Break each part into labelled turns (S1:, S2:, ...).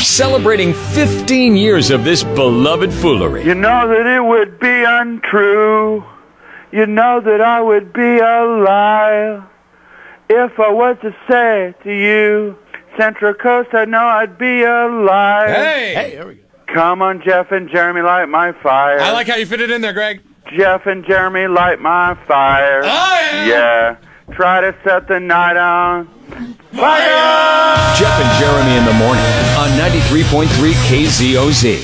S1: Celebrating 15 years of this beloved foolery.
S2: You know that it would be untrue. You know that I would be a liar if I was to say to you, Central Coast, I know I'd be a liar.
S3: Hey!
S4: there we go.
S2: Come on, Jeff and Jeremy, light my fire.
S3: I like how you fit it in there, Greg. Oh,
S2: Jeff and Jeremy, light my fire.
S3: yeah.
S2: Yeah. Try to set the night on.
S1: Jeff and Jeremy in the morning on 93.3 KZOZ.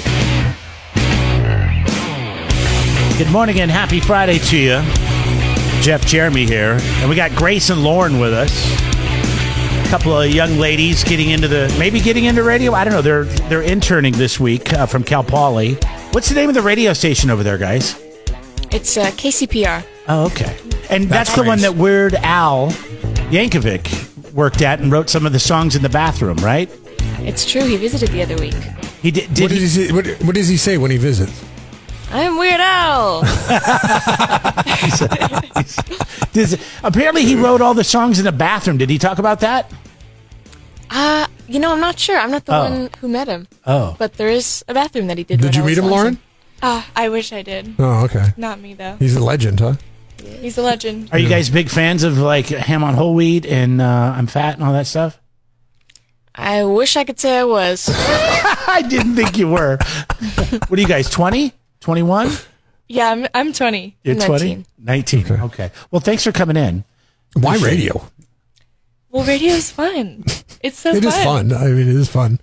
S4: Good morning and happy Friday to you. Jeff Jeremy here. And we got Grace and Lauren with us. A couple of young ladies getting into the maybe getting into radio. I don't know. They're they're interning this week uh, from Cal Poly. What's the name of the radio station over there, guys?
S5: It's uh, KCPR.
S4: Oh, okay. And that's,
S3: That's
S4: the one
S3: Grace.
S4: that Weird Al Yankovic worked at and wrote some of the songs in the bathroom, right?
S5: It's true. He visited the other week.
S4: He did. did
S6: What, did he,
S4: he,
S6: say, what, what does he say when he visits?
S5: I'm Weird Al.
S4: does- apparently, he wrote all the songs in the bathroom. Did he talk about that?
S5: uh, you know, I'm not sure. I'm not the one who met him.
S4: Oh.
S5: But there is a bathroom that he did.
S6: Did
S5: when
S6: you
S5: I was
S6: meet him,
S5: lost in-
S6: Lauren?
S5: Ah, I wish I did.
S6: Oh, okay.
S5: Not me though.
S6: He's a legend, huh?
S5: He's a legend.
S4: Are you guys big fans of like ham on whole wheat and uh, I'm fat and all that stuff?
S5: I wish I could say I was.
S4: I didn't think you were. what are you guys, 20? 21?
S5: Yeah, I'm. I'm 20.
S4: You're
S5: I'm 19.
S4: 20? 19. Okay. Well, thanks for coming in.
S6: Why radio?
S5: Well, radio is fun. It's so
S6: It
S5: fun.
S6: is fun. I mean, it is fun.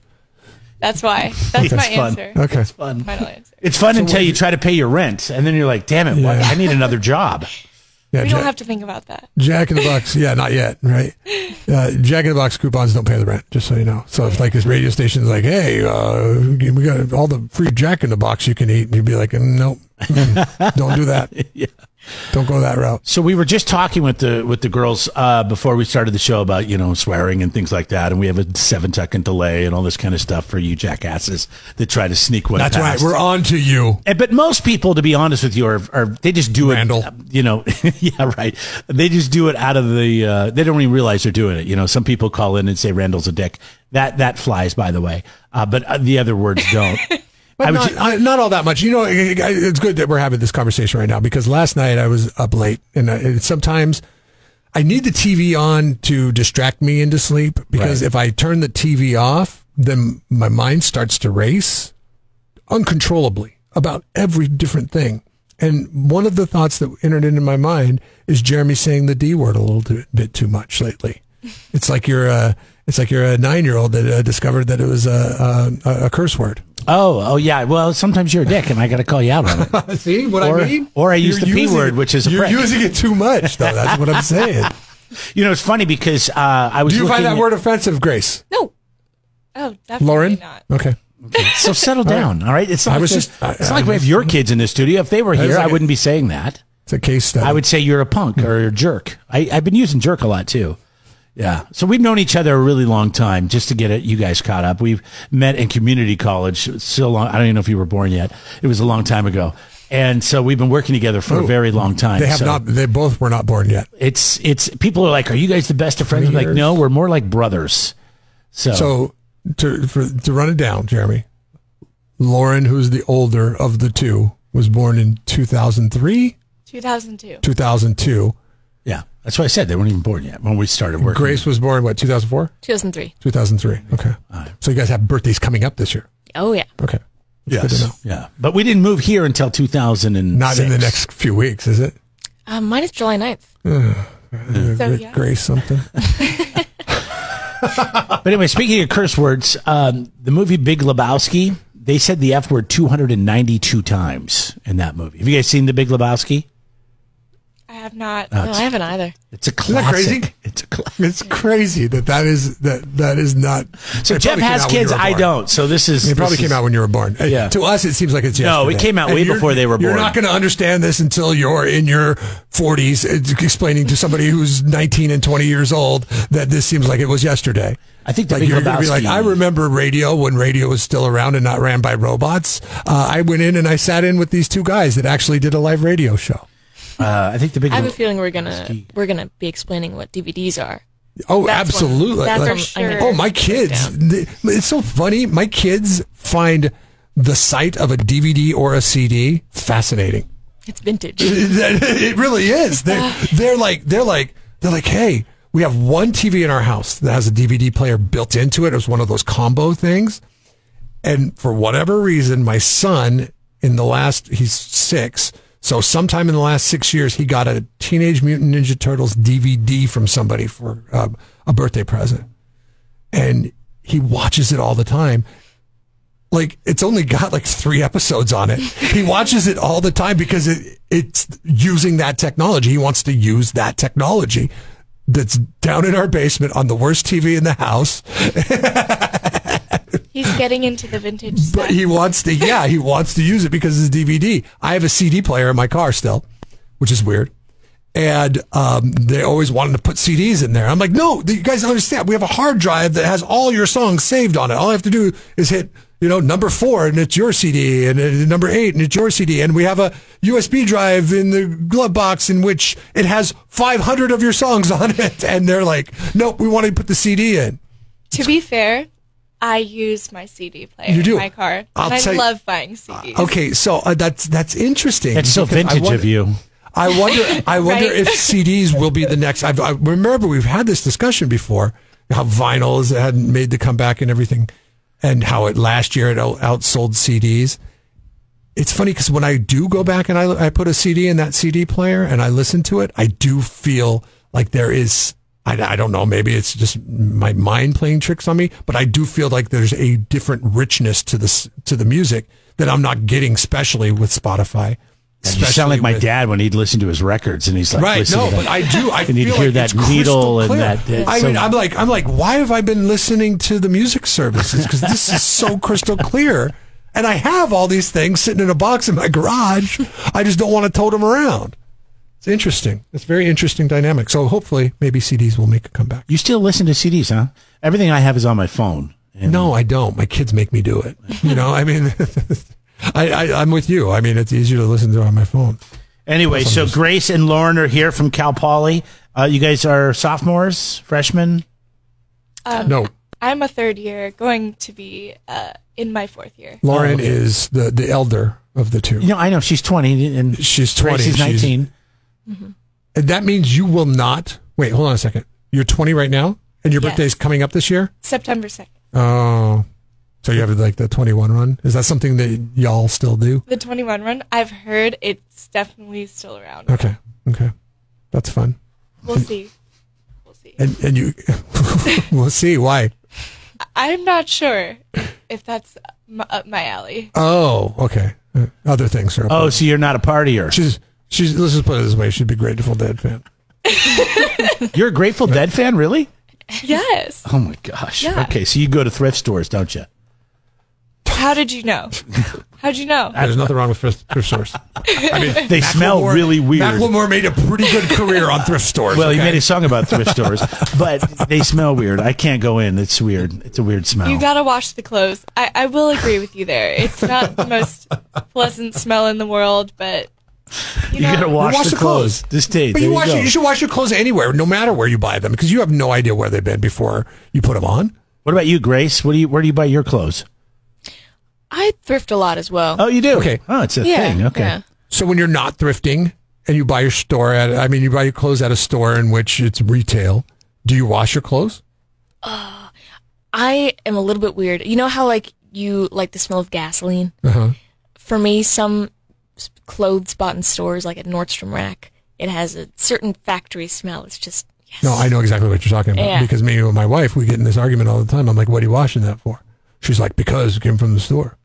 S5: That's why. That's my
S4: fun.
S5: answer.
S6: Okay.
S4: Fun.
S5: Final answer.
S4: It's fun until you try to pay your rent and then you're like, damn it, what?
S6: Yeah.
S4: I need another job.
S6: Yeah,
S5: We
S6: Jack,
S5: don't have to think about that.
S6: Jack in the Box. Yeah, not yet, right? Uh, Jack in the Box coupons don't pay the rent, just so you know. So if like this radio station's like, hey, uh, we got all the free Jack in the Box you can eat, and you'd be like, nope, Mm, don't do that. Don't go that route.
S4: So we were just talking with the with the girls uh, before we started the show about you know swearing and things like that, and we have a seven second delay and all this kind of stuff for you jackasses that try to sneak one.
S6: That's right.
S4: past.
S6: We're on to you.
S4: And- Eh, But most people, to be honest with you, are, are they just do
S6: Randall.
S4: it? You know, yeah, right. They just do it out of the. Uh, they don't even realize they're doing it. You know, some people call in and say Randall's a dick. That that flies, by the way. Uh, but uh, the other words don't. I
S6: But
S4: would
S6: not,
S4: ju-
S6: I- not all that much. You know, I- I- it's good that we're having this conversation right now because last night I was up late and I, it, sometimes I need the TV on to distract me into sleep because
S4: Right.
S6: if I turn the TV off, then my mind starts to race uncontrollably about every different thing. And one of the thoughts that entered into my mind is Jeremy saying the D word a little t- bit too much lately. It's like you're a, it's like you're a nine year old that uh, discovered that it was a, a, a curse word.
S4: oh, oh yeah. Well, sometimes you're a dick, and I got to call you out on it.
S6: See what
S4: Or-
S6: I mean?
S4: or I use the P
S6: using
S4: word,
S6: it-
S4: which is a
S6: you're
S4: prick.
S6: using it too much, though. That's what I'm saying.
S4: You know, it's funny because uh, I was.
S6: Do you
S4: looking
S6: find that
S4: at-
S6: word offensive, Grace?
S5: No. Oh, definitely
S6: Lauren?
S5: not.
S6: Okay.
S4: So settle down, all right. It's not
S6: I
S4: like,
S6: was
S4: there's-
S6: just- I-
S4: it's not
S6: I-
S4: like we have your kids in the studio. If they were
S6: was
S4: here, I
S6: like-
S4: wouldn't be saying that.
S6: It's a case study.
S4: I would say you're a punk or a jerk. I, I've been using jerk a lot too. Yeah. So we've known each other a really long time just to get it, you guys caught up. We've met in community college so long. I don't even know if you were born yet. It was a long time ago. And so we've been working together for a
S6: Oh,
S4: very long time.
S6: They have
S4: So
S6: not. They both were not born yet.
S4: It's, it's, people are like, are you guys the best of friends? I'm like,
S6: Years.
S4: no, we're more like brothers. So,
S6: So to for, to run it down, Jeremy, Lauren, who's the older of the two, was born in 2003,
S5: 2002.
S6: 2002.
S4: yeah, that's why I said they weren't even born yet when we started working.
S6: Grace was born what 2004,
S5: 2003.
S6: 2003. Okay. So you guys have birthdays coming up this year.
S5: Oh yeah.
S6: Okay. That's Good to know.
S4: Yes. Yeah. But we didn't move here until 2006.
S6: Not in the next few weeks, is it?
S5: Um, mine is July 9th. So, yeah.
S6: Grace something.
S4: But anyway, speaking of curse words, um, the movie Big Lebowski, they said the F word 292 times in that movie. Have you guys seen the Big Lebowski?
S5: I have not.
S6: Ah,
S5: No, I haven't either.
S4: It's a classic.
S6: that crazy?
S4: It's a classic.
S6: It's crazy that that is that that is not.
S4: So
S6: it
S4: Jeff
S6: probably came
S4: has
S6: out when you
S4: kids.
S6: were
S4: I
S6: born.
S4: don't. So this is.
S6: It probably
S4: this
S6: came
S4: is-
S6: out when you were born. Uh,
S4: Yeah.
S6: To us, it seems like it's
S4: No,
S6: yesterday.
S4: it came out way
S6: you're-
S4: before they were
S6: You're
S4: born.
S6: not going to understand this until you're in your 40s, uh, explaining to somebody who's 19 and 20 years old that this seems like it was yesterday.
S4: I think the
S6: Like
S4: Big
S6: you're gonna be like,
S4: Lebowski-
S6: I remember radio when radio was still around and not ran by robots. Uh, I went in and I sat in with these two guys that actually did a live radio show.
S4: Uh, I think the Big.
S5: I have a
S4: Le-
S5: feeling we're gonna we're gonna be explaining what DVDs are.
S6: Oh,
S5: That's what-
S6: absolutely.
S5: that's for sure.
S6: Oh, my kids. They- It's so funny. My kids find the sight of a DVD or a CD fascinating.
S5: It's vintage.
S6: That- it really is. They're, they're like, they're like, they're like, hey, we have one TV in our house that has a DVD player built into it. It was one of those combo things. And for whatever reason, my son in the last, he's six. So sometime in the last six years, he got a Teenage Mutant Ninja Turtles DVD from somebody for um, a birthday present. And he watches it all the time like it's only got like three episodes on it. He watches it all the time because it it's using that technology. He wants to use that technology that's down in our basement on the worst TV in the house.
S5: He's getting into the vintage stuff.
S6: But he wants to yeah, he wants to use it because it's DVD. I have a CD player in my car still, which is weird. And um, they always wanted to put CDs in there. I'm like, no, you guys don't understand. We have a hard drive that has all your songs saved on it. All I have to do is hit, you know, number four and it's your CD, and uh, number eight and it's your CD. And we have a USB drive in the glove box in which it has 500 of your songs on it. And they're like, nope, we want to put the CD in.
S3: To be fair, I use my CD player
S6: You do.
S3: in my car.
S6: I'll
S3: and I
S6: tell you-
S3: love buying CDs.
S6: Okay, so uh, that's that's interesting.
S4: That's so
S6: because I
S4: vintage
S6: wonder-
S4: of you.
S6: I wonder. I wonder
S3: Right.
S6: if CDs will be the next. I've, I remember we've had this discussion before. How vinyls hadn't made the comeback and everything, and how it last year it out- outsold CDs. It's funny because when I do go back and I, I put a CD in that CD player and I listen to it, I do feel like there is. I, I don't know. Maybe it's just my mind playing tricks on me, but I do feel like there's a different richness to this to the music that I'm not getting, especially with Spotify.
S4: You sound like
S6: especially
S4: my
S6: with-
S4: dad when he'd listen to his records, and he's like,
S6: Right.
S4: listen
S6: No,
S4: to
S6: but
S4: that.
S6: I do. I
S4: And you'd
S6: feel
S4: hear
S6: like
S4: that
S6: it's crystal
S4: needle and
S6: clear.
S4: that- that
S6: I mean,
S4: so-
S6: I'm like, I'm like, why have I been listening to the music services? Because this is so crystal clear, and I have all these things sitting in a box in my garage. I just don't want to tote them around. It's interesting. It's very interesting dynamic. So hopefully, maybe CDs will make a comeback.
S4: you still listen to CDs, huh? Everything I have is on my phone. And
S6: No, I don't. My kids make me do it. You know, I mean, I, I, I'm with you. I mean, it's easier to listen to on my phone.
S4: Anyway, so Grace and Lauren are here from Cal Poly. Uh, you guys are sophomores, freshmen.
S6: no,
S3: I'm a third year, going to be uh, in my fourth year.
S6: Lauren
S4: Oh,
S6: is the the elder of the two.
S4: You know, I know she's twenty and
S6: She's 20,
S4: Grace is
S6: she's-
S4: nineteen.
S6: And that means you will not. Wait, hold on a second. You're 20 right now, and your
S3: Yes.
S6: birthday's coming up this year.
S3: September 2nd.
S6: Oh, so you have like the 21 run. Is that something that y'all still do?
S3: The 21 run, I've heard it's definitely still around.
S6: Okay, okay, that's fun.
S3: We'll see. We'll see.
S6: And and you, we'll see why.
S3: I'm not sure if that's m- up my alley.
S6: Oh, okay. Uh, Other things are. up
S4: oh,
S6: there.
S4: so you're not a partier.
S6: she's she's. Let's just put it this way. She'd be a Grateful Dead fan.
S4: You're a Grateful Dead fan, really?
S3: Yes.
S4: Oh my gosh.
S3: Yeah.
S4: Okay, so you go to thrift stores, don't you?
S3: How did you know? How'd you know?
S6: There's nothing wrong with thrift, thrift stores. I mean,
S4: They smell
S6: Macklemore-
S4: really weird.
S6: Macklemore made a pretty good career on thrift stores.
S4: well, he
S6: okay?
S4: made a song about thrift stores, but they smell weird. I can't go in. It's weird. It's a weird smell.
S3: You gotta wash the clothes. I, I will agree with you there. It's not the most pleasant smell in the world, but you
S4: You
S3: know,
S4: gotta wash,
S6: wash
S4: the,
S6: the
S4: clothes.
S6: clothes.
S4: This day.
S6: But
S4: there
S6: you,
S4: you
S6: wash,
S4: go.
S6: you should wash your clothes anywhere, no matter where you buy them, because you have no idea where they've been before you put them on.
S4: What about you, Grace? What do you? Where do you buy your clothes?
S5: I thrift a lot as well.
S4: Oh, you do.
S6: Okay.
S4: Oh, it's a
S5: yeah.
S4: thing. Okay.
S5: yeah.
S6: So when you're not thrifting and you buy your store at, I mean, you buy your clothes at a store in which it's retail. Do you wash your clothes?
S5: I am a little bit weird. You know how like you like the smell of gasoline?
S6: Uh-huh.
S5: For me, some s- clothes bought in stores like at Nordstrom Rack, it has a certain factory smell. It's just yes.
S6: No, I know exactly what you're talking about
S5: Yeah.
S6: because me and my wife we get in this argument all the time. I'm like, "What are you washing that for?" She's like, "Because it came from the store."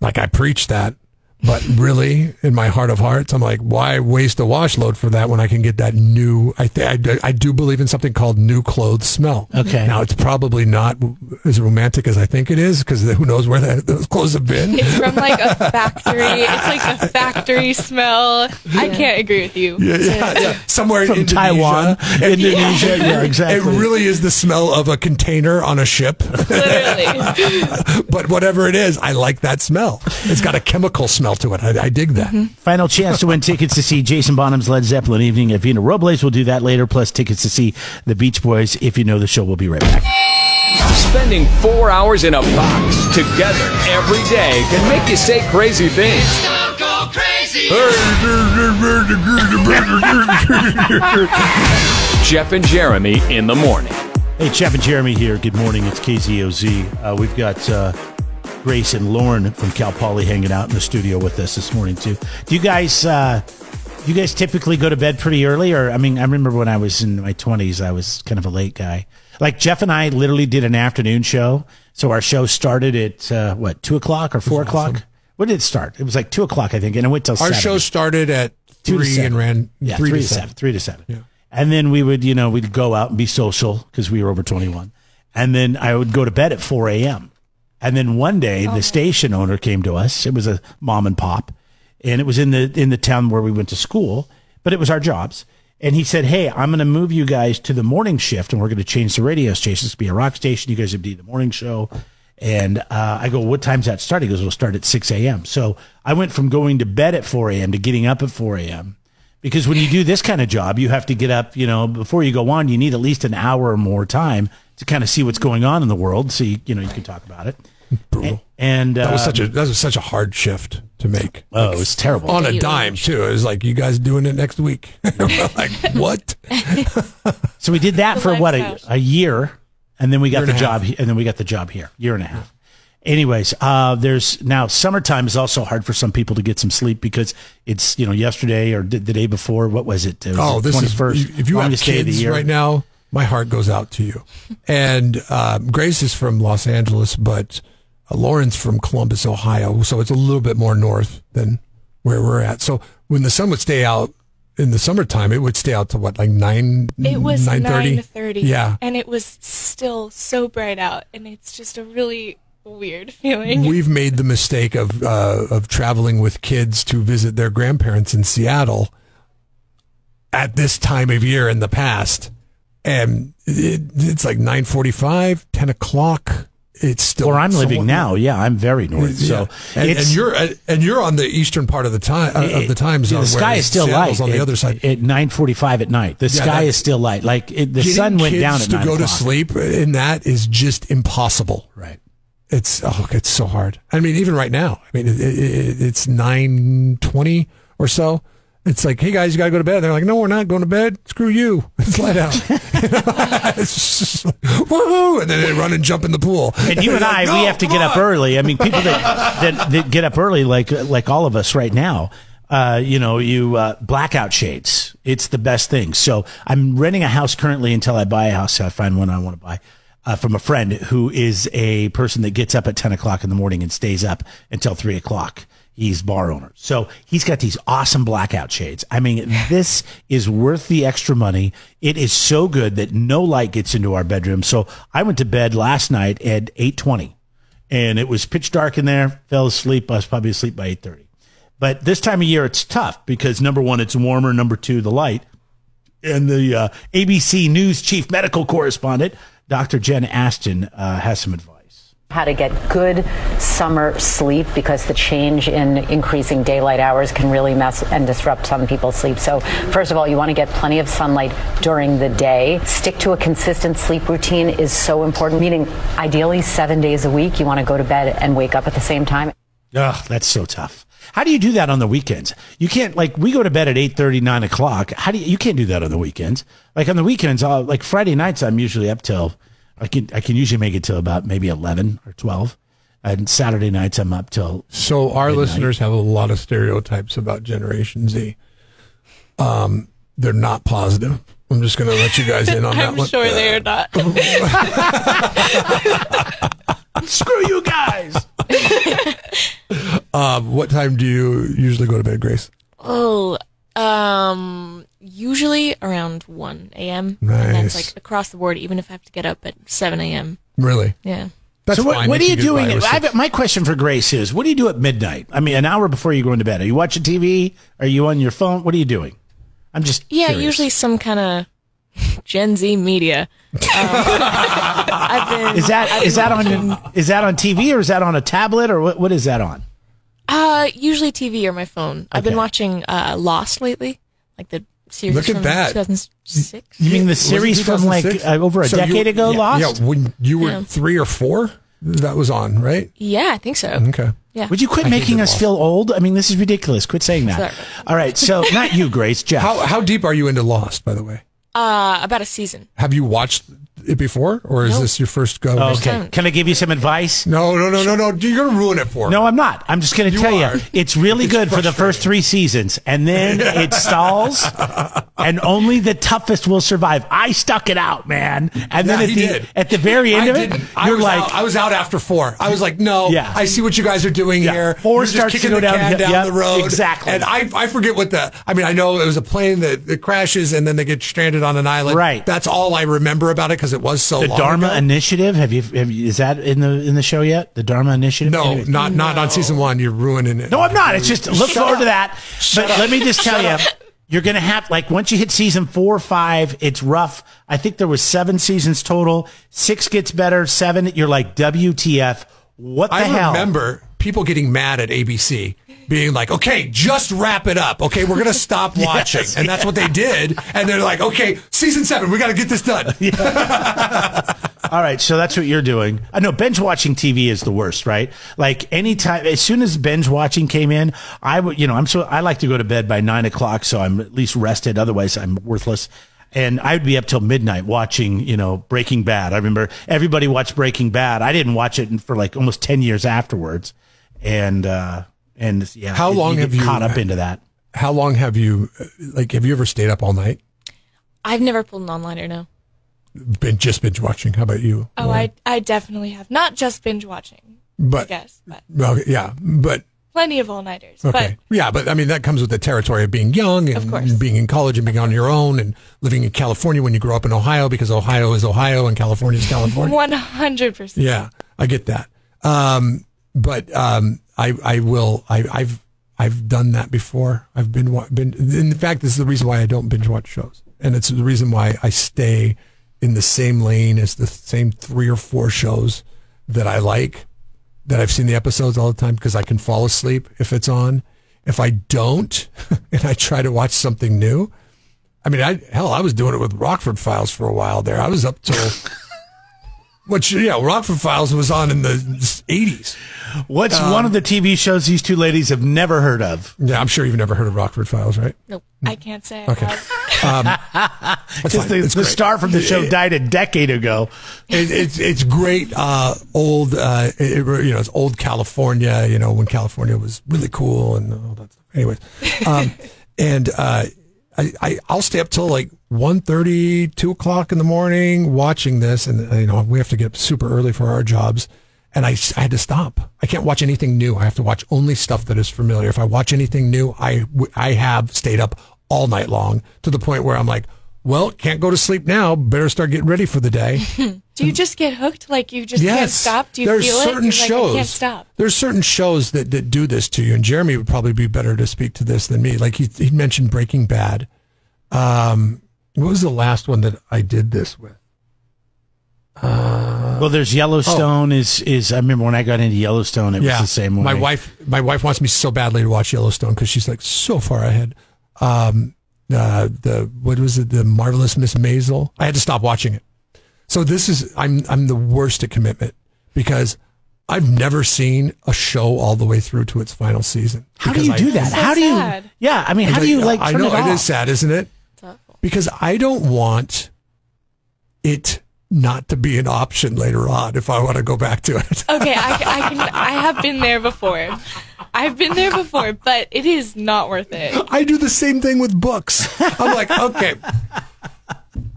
S6: Like I preach that, but really, in my heart of hearts, I'm like, "Why waste a wash load for that when I can get that new?" I th- I, do- I do believe in something called new clothes smell.
S4: Okay.
S6: now it's probably not as romantic as I think it is because who knows where that, those clothes have been.
S3: it's from like a factory. It's like a factory smell. I can't agree with you.
S6: Yeah, yeah, yeah. Somewhere
S4: From
S6: in Indonesia.
S4: Taiwan,
S6: And-
S4: Indonesia. Yeah,
S6: It
S4: exactly.
S6: really is the smell of a container on a ship.
S3: Literally.
S6: but whatever it is, I like that smell. It's got a chemical smell smell to it. I, I dig that.
S4: Final chance to win tickets to see Jason Bonham's Led Zeppelin evening at Vina Robles. We'll do that later, plus tickets to see the Beach Boys. If you know the show, we'll be right back.
S1: Spending four hours in a box together every day can make you say crazy things. Jeff and Jeremy in the morning.
S4: Hey, Jeff and Jeremy here. Good morning. It's KZOZ. Uh, we've got uh, Grace and Lauren from Cal Poly hanging out in the studio with us this morning too. Do you guys? Uh, do you guys typically go to bed pretty early? Or I mean, I remember when I was in my twenties, I was kind of a late guy. Like Jeff and I literally did an afternoon show, so our show started at uh, what two o'clock or four o'clock. When did it start? It was like two o'clock, I think, and it went till
S6: Our
S4: seven
S6: show started at
S4: two to
S6: three
S4: seven.
S6: and ran
S4: yeah,
S6: three, to seven.
S4: three to seven. And then we would, you know, we'd go out and be social because we were over 21. And then I would go to bed at 4 a.m. And then one day the station owner came to us. It was a mom and pop and it was in the, in the town where we went to school, but it was our jobs. And he said, Hey, I'm going to move you guys to the morning shift and we're going to change the radio station. It's going to be a rock station. You guys would be the morning show. And uh, I go, What time's that start? He goes, It'll start at 6 a.m. So I went from going to bed at 4 a.m. to getting up at 4 a.m because when you do this kind of job, you have to get up, you know, before you go on, you need at least an hour or more time to kind of see what's going on in the world. So, you, you know, you can talk about it.
S6: Brutal.
S4: And uh,
S6: That was such a that was such a hard shift to make.
S4: oh, it was terrible.
S6: on a dime too. It was like you guys doing it next week. like what?
S4: So we did that for what a,
S3: lifestyle.
S4: a year, and then we got
S6: Year and
S4: the
S6: a
S4: job,
S6: half.
S4: he- and then we got the job here, year and a half. Anyways, uh, there's now summertime is also hard for some people to get some sleep because it's you know yesterday or the, the day before. What was it? It was
S6: Oh,
S4: the
S6: this is
S4: 21st,
S6: if you have
S4: longest day of the
S6: kids
S4: year.
S6: right now, my heart goes out to you. And uh, Grace is from Los Angeles, but uh, Lauren's from Columbus, Ohio, so it's a little bit more north than where we're at. So when the sun would stay out in the summertime, it would stay out to what like nine.
S3: It was
S6: 9:30?
S3: 9:30.
S6: Yeah,
S3: And it was still so bright out and it's just a really weird feeling.
S6: We've made the mistake of uh, of traveling with kids to visit their grandparents in Seattle at this time of year in the past, and it, it's like 9:45, 10 o'clock. It's still
S4: Where I'm living
S6: somewhat-
S4: now, yeah, I'm very north.
S6: Yeah.
S4: So
S6: and,
S4: it's-
S6: and you're uh, and you're on the eastern part of the time of the time zone.
S4: The sky
S6: whereas
S4: is still
S6: Seattle's
S4: light
S6: on the
S4: at-
S6: other side.
S4: at nine forty-five at night. The sky
S6: that's-
S4: is still light. Like it, the
S6: Getting
S4: sun went
S6: kids
S4: down at
S6: to
S4: nine
S6: go to
S4: o'clock.
S6: sleep, and that is just impossible.
S4: Right.
S6: it's oh, it's so hard. I mean, even right now, I mean, it, it, it, it's nine twenty or so. It's like, hey guys, you gotta go to bed. They're like, no, we're not going to bed. Screw you. It's let out. it's just like, woohoo! And then they run and jump in the pool.
S4: And you and I, we have to get up early. I mean, people that, that that get up early, like like all of us right now. Uh, you know, you uh, blackout shades. It's the best thing. So I'm renting a house currently until I buy a house. I find one I want to buy. Uh, from a friend who is a person that gets up at 10 o'clock in the morning and stays up until 3 o'clock. He's bar owner. So he's got these awesome blackout shades. I mean, this is worth the extra money. It is so good that no light gets into our bedroom. So I went to bed last night at 820 and it was pitch dark in there, fell asleep. I was probably asleep by 830. But this time of year, it's tough because number one, it's warmer. Number two, the light and the uh, ABC News chief medical correspondent, Dr. Jen Ashton, uh, has some advice.
S7: how to get good summer sleep because the change in increasing daylight hours can really mess and disrupt some people's sleep. So, first of all, you want to get plenty of sunlight during the day. Stick to a consistent sleep routine is so important, meaning ideally 7 days a week you want to go to bed and wake up at the same time.
S4: Ugh, that's so tough. How do you do that on the weekends? You can't like we go to bed at 8 9 o'clock. How do you, you can't do that on the weekends? Like on the weekends, I'll, like Friday nights, I'm usually up till I can I can usually make it till about maybe eleven or twelve, and Saturday nights I'm up till
S6: So our listeners have a lot of stereotypes about Generation Z. Um, they're not positive. I'm just gonna let you guys in on that
S3: I'm
S6: one.
S3: sure they are not.
S4: screw you guys.
S6: Um, what time do you usually go to bed, Grace?
S5: Oh, um, usually around 1 a.m. And that's
S6: Nice.
S5: like across the board, even if I have to get up at 7 a.m.
S6: Really?
S5: Yeah.
S6: That's
S4: so what,
S6: fine
S4: what
S6: if
S4: are you
S6: get by
S4: doing?
S6: with
S4: at- I've, my question for Grace is, what do you do at midnight? I mean, an hour before you go into bed. Are you watching TV? Are you on your phone? What are you doing? I'm just
S5: Yeah,
S4: curious.
S5: usually some kind of Gen Z media. Um, I've been,
S4: Is that is that on is that on TV or is that on a tablet or what, what is that on?
S5: uh, Uh, usually TV or my phone. I've been
S4: Okay.
S5: watching uh, Lost lately, like the series
S6: Look at
S5: from
S6: that.
S5: 2006.
S4: You mean the
S6: Was it
S4: series from like
S6: 2006?
S4: uh, over a
S6: So you-
S4: decade ago?
S6: yeah,
S4: Lost.
S6: Yeah, when you were
S5: Yeah.
S6: three or four, that was on, right?
S5: Yeah, I think so.
S6: Okay.
S5: Yeah.
S4: Would you quit
S6: I
S4: making
S6: hated
S4: us
S6: Lost.
S4: feel old? I mean, this is ridiculous. Quit saying that.
S5: Sorry.
S4: All right. So not you, Grace. Jeff.
S6: How how deep are you into Lost, by the way?
S5: Uh, about a season.
S6: Have you watched it before, or is
S5: No.
S6: this your first go?
S4: Oh, okay. Can I give you some advice?
S6: No, no, no, no, no. You're gonna ruin it for.
S4: No, I'm not. I'm just going to
S6: You
S4: tell
S6: are.
S4: you, it's really
S6: It's
S4: good for the first
S6: frustrating.
S4: three seasons, and then it stalls, and only the toughest will survive. I stuck it out, man, and then
S6: Yeah,
S4: at
S6: he
S4: the
S6: did.
S4: at the very end
S6: I
S4: of it,
S6: didn't. I
S4: you're
S6: was
S4: like,
S6: out, I was out after four. I was like, no,
S4: Yeah.
S6: I see what you guys are doing
S4: Yeah.
S6: here.
S4: Four
S6: You're just
S4: starts to
S6: kicking
S4: go
S6: the
S4: down-
S6: can
S4: yeah,
S6: down
S4: yeah,
S6: the road.
S4: exactly.
S6: And I, I forget what the. I mean, I know it was a plane that, that crashes and then they get stranded on an island.
S4: Right.
S6: That's all I remember about it because it was so
S4: the
S6: long.
S4: Dharma
S6: ago.
S4: Initiative. Have you, have you? Is that in the in the show yet? The Dharma Initiative.
S6: No,
S4: Anyway.
S6: not not on season one. You're ruining it.
S4: No, I'm not. It's just look forward to that. but
S6: up.
S4: let me just tell you, you're gonna have like once you hit season four or five, it's rough. I think there was seven seasons total. Six gets better. Seven, you're like WTF? What the
S6: I
S4: hell?
S6: remember people getting mad at ABC being like, okay, just wrap it up. Okay, we're going to stop watching. and that's what they did. And they're like, okay, season seven, we got to get this done.
S4: All right, so that's what you're doing. I know binge watching TV is the worst, right? Like anytime, as soon as binge watching came in, I would, you know, I'm so I like to go to bed by nine o'clock, so I'm at least rested. Otherwise, I'm worthless. And I would be up till midnight watching, you know, Breaking Bad. I remember everybody watched Breaking Bad. I didn't watch it for like almost ten years afterwards, and uh and yeah,
S6: How long
S4: get
S6: have you-
S4: caught up into that?
S6: How long have you, like, have you ever stayed up all night?
S5: I've never pulled an onliner, no.
S6: Been just binge watching. How about you?
S3: Oh, I, I definitely have. Not just binge watching, I
S6: But,
S3: guess, but
S6: well, yeah, but,
S3: plenty of all nighters.
S6: okay. yeah, but I mean, that comes with the territory of being young and
S3: course.
S6: being in college and being on your own and living in California when you grow up in Ohio because Ohio is Ohio and California is California.
S3: But 100%.
S6: Yeah, I get that. Um, but um, I I will I, I've I've done that before. I've been wa- been in fact this is the reason why I don't binge watch shows, and it's the reason why I stay in the same lane as the same three or four shows that I like that I've seen the episodes all the time because I can fall asleep if it's on. If I don't, and I try to watch something new, I mean, I hell, I was doing it with Rockford Files for a while there. I was up till. Which yeah, Rockford Files was on in the eighties.
S4: What's
S6: Um,
S4: one of the TV shows these two ladies have never heard of?
S6: Yeah, I'm sure you've never heard of Rockford Files, right?
S5: Nope.
S3: I can't say.
S6: Okay.
S3: I have.
S6: That's
S4: Because
S6: fine.
S4: the,
S6: It's
S4: the
S6: great.
S4: star from the show died a decade ago.
S6: It, it's it's great. Uh, old, uh, it, it- you know, it's old California. You know, when California was really cool and all that. Stuff. Anyways, um, and uh, I, I I'll stay up till like 1.30, 2 o'clock in the morning watching this, and uh, you know we have to get up super early for our jobs. And I, s- I had to stop. I can't watch anything new. I have to watch only stuff that is familiar. If I watch anything new, I w- I have stayed up all night long to the point where I'm like, well, can't go to sleep now. Better start getting ready for the day.
S3: Do you just get hooked? Like you just can't stop? Do you
S6: there's
S3: feel
S6: certain
S3: it? You're
S6: shows.
S3: Like, I can't stop.
S6: There's certain shows that, that do this to you, and Jeremy would probably be better to speak to this than me. Like he he mentioned Breaking Bad. Um, what was the last one that I did this with?
S4: Well, there's Yellowstone. Is is I remember when I got into Yellowstone, it was the same way.
S6: Oh. My wife, my wife wants me so badly to watch Yellowstone because she's like so far ahead. Um, uh, the what was it? The marvelous Miss Maisel. I had to stop watching it. So this is I'm I'm the worst at commitment because I've never seen a show all the way through to its final season.
S4: How do
S6: Because
S4: you
S6: I- uh,
S4: do that?
S3: So
S4: how do you?
S3: sad.
S4: Yeah, I mean, how do you like? Turn
S6: I know
S4: it, off?
S6: is sad, isn't it?
S5: It's awful.
S6: Because I don't want it not to be an option later on if I want to go back to it.
S3: Okay, I, I can. I have been there before. I've been there before, but it is not worth it.
S6: I do the same thing with books. I'm like, okay.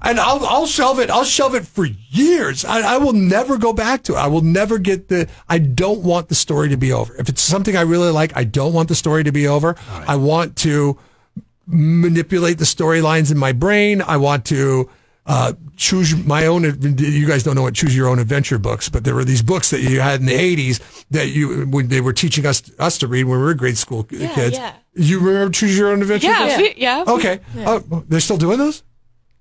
S6: And I'll, I'll shelve it. I'll shelve it for years. I, I will never go back to it. I will never get the, I don't want the story to be over. If it's something I really like, I don't want the story to be over. I want to manipulate the storylines in my brain. I want to, uh, choose my own. You guys don't know what choose your own adventure books, but there were these books that you had in the eighties that you, when they were teaching us, us to read when we were grade school kids.
S3: yeah.
S6: You remember Choose Your Own Adventure?
S3: Yeah,
S6: books?
S3: we- yeah.
S6: Okay. Oh, they're still doing those?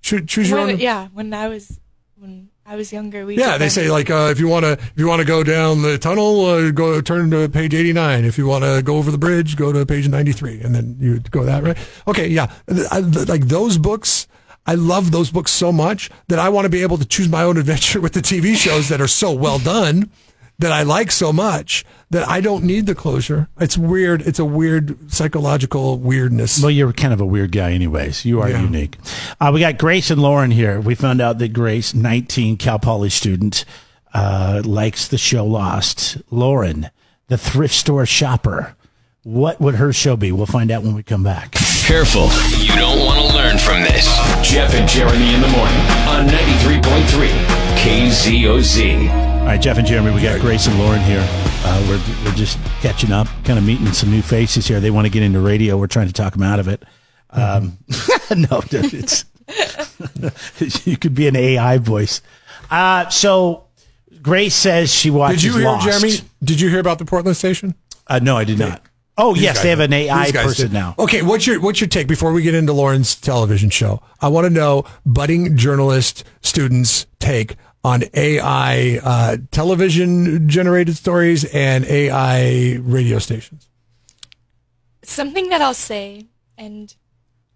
S6: Choo- Choose Your
S3: When-
S6: Own.
S3: yeah, when I was when I was younger. We
S6: Yeah,
S3: did
S6: they
S3: them.
S6: say like uh, if you want to if you want to go down the tunnel, uh, go turn to page eighty nine. If you want to go over the bridge, go to page ninety three, and then you go that right. Okay, yeah, I, like those books. I love those books so much that I want to be able to choose my own adventure with the TV shows that are so well done that I like so much that I don't need the closure. It's weird. It's a weird psychological weirdness.
S4: Well, you're kind of a weird guy, anyways. You are
S6: Yeah.
S4: unique. Uh, we got Grace and Lauren here. We found out that Grace, 19 Cal Poly student, uh, likes the show Lost. Lauren, the thrift store shopper. What would her show be? We'll find out when we come back.
S8: Careful, you don't want to learn from this.
S1: Jeff and Jeremy in the morning on 93.3 KZOZ.
S4: All right, Jeff and Jeremy, we got Grace and Lauren here. Uh, we're, we're just catching up, kind of meeting some new faces here. They want to get into radio. We're trying to talk them out of it. Um, no, it's you could be an AI voice. Uh, so Grace says she watches.
S6: Did you hear,
S4: Lost.
S6: Jeremy? Did you hear about the Portland station?
S4: Uh, no, I did not. Oh, yes,
S6: guys
S4: they have an
S6: did.
S4: AI
S6: These guys
S4: person
S6: did.
S4: now.
S6: Okay, what's your what's your take before we get into Lauren's television show? I want to know budding journalist students' take on AI uh, television generated stories and AI radio stations.
S3: something that I'll say, and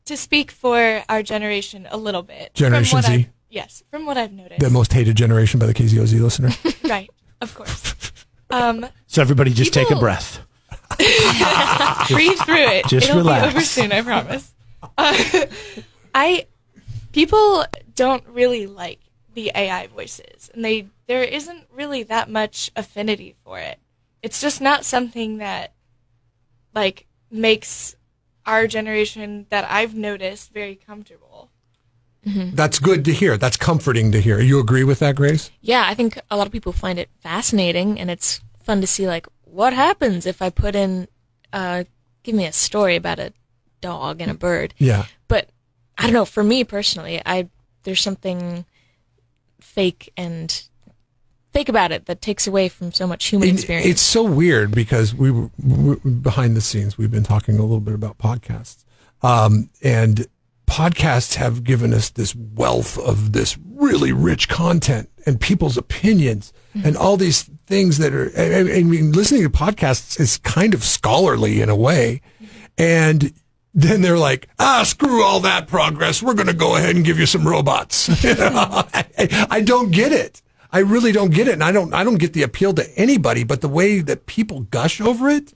S3: to speak for our generation a little bit.
S6: Generation
S3: from
S6: Z.
S3: what I've- Yes, from what I've noticed.
S6: The most hated generation by the KZOZ listener.
S3: right, of course. Um,
S4: So everybody, just take a
S3: People-
S4: breath.
S3: breathe through it.
S4: just
S3: It'll
S4: relax.
S3: be over soon, I promise. Uh, I people don't really like the AI voices, and they there isn't really that much affinity for it. It's just not something that like makes our generation that I've noticed very comfortable.
S6: That's good to hear. That's comforting to hear. You agree with that, Grace?
S5: Yeah, I think a lot of people find it fascinating, and it's fun to see like what happens if I put in, uh, give me a story about a dog and a bird.
S6: Yeah.
S5: But I don't know. For me personally, I there's something fake and fake about it that takes away from so much human
S6: It-
S5: experience.
S6: It's so weird because we were we, we- behind the scenes. We've been talking a little bit about podcasts, um, and podcasts have given us this wealth of this really rich content and people's opinions
S5: Mm-hmm.
S6: and all these things that are. I, I- I mean, listening to podcasts is kind of scholarly in a way, and. Then they're like, ah, screw all that progress. We're going to go ahead and give you some robots. I, I don't get it. I really don't get it, and I don't. I don't get the appeal to anybody. But the way that people gush over it,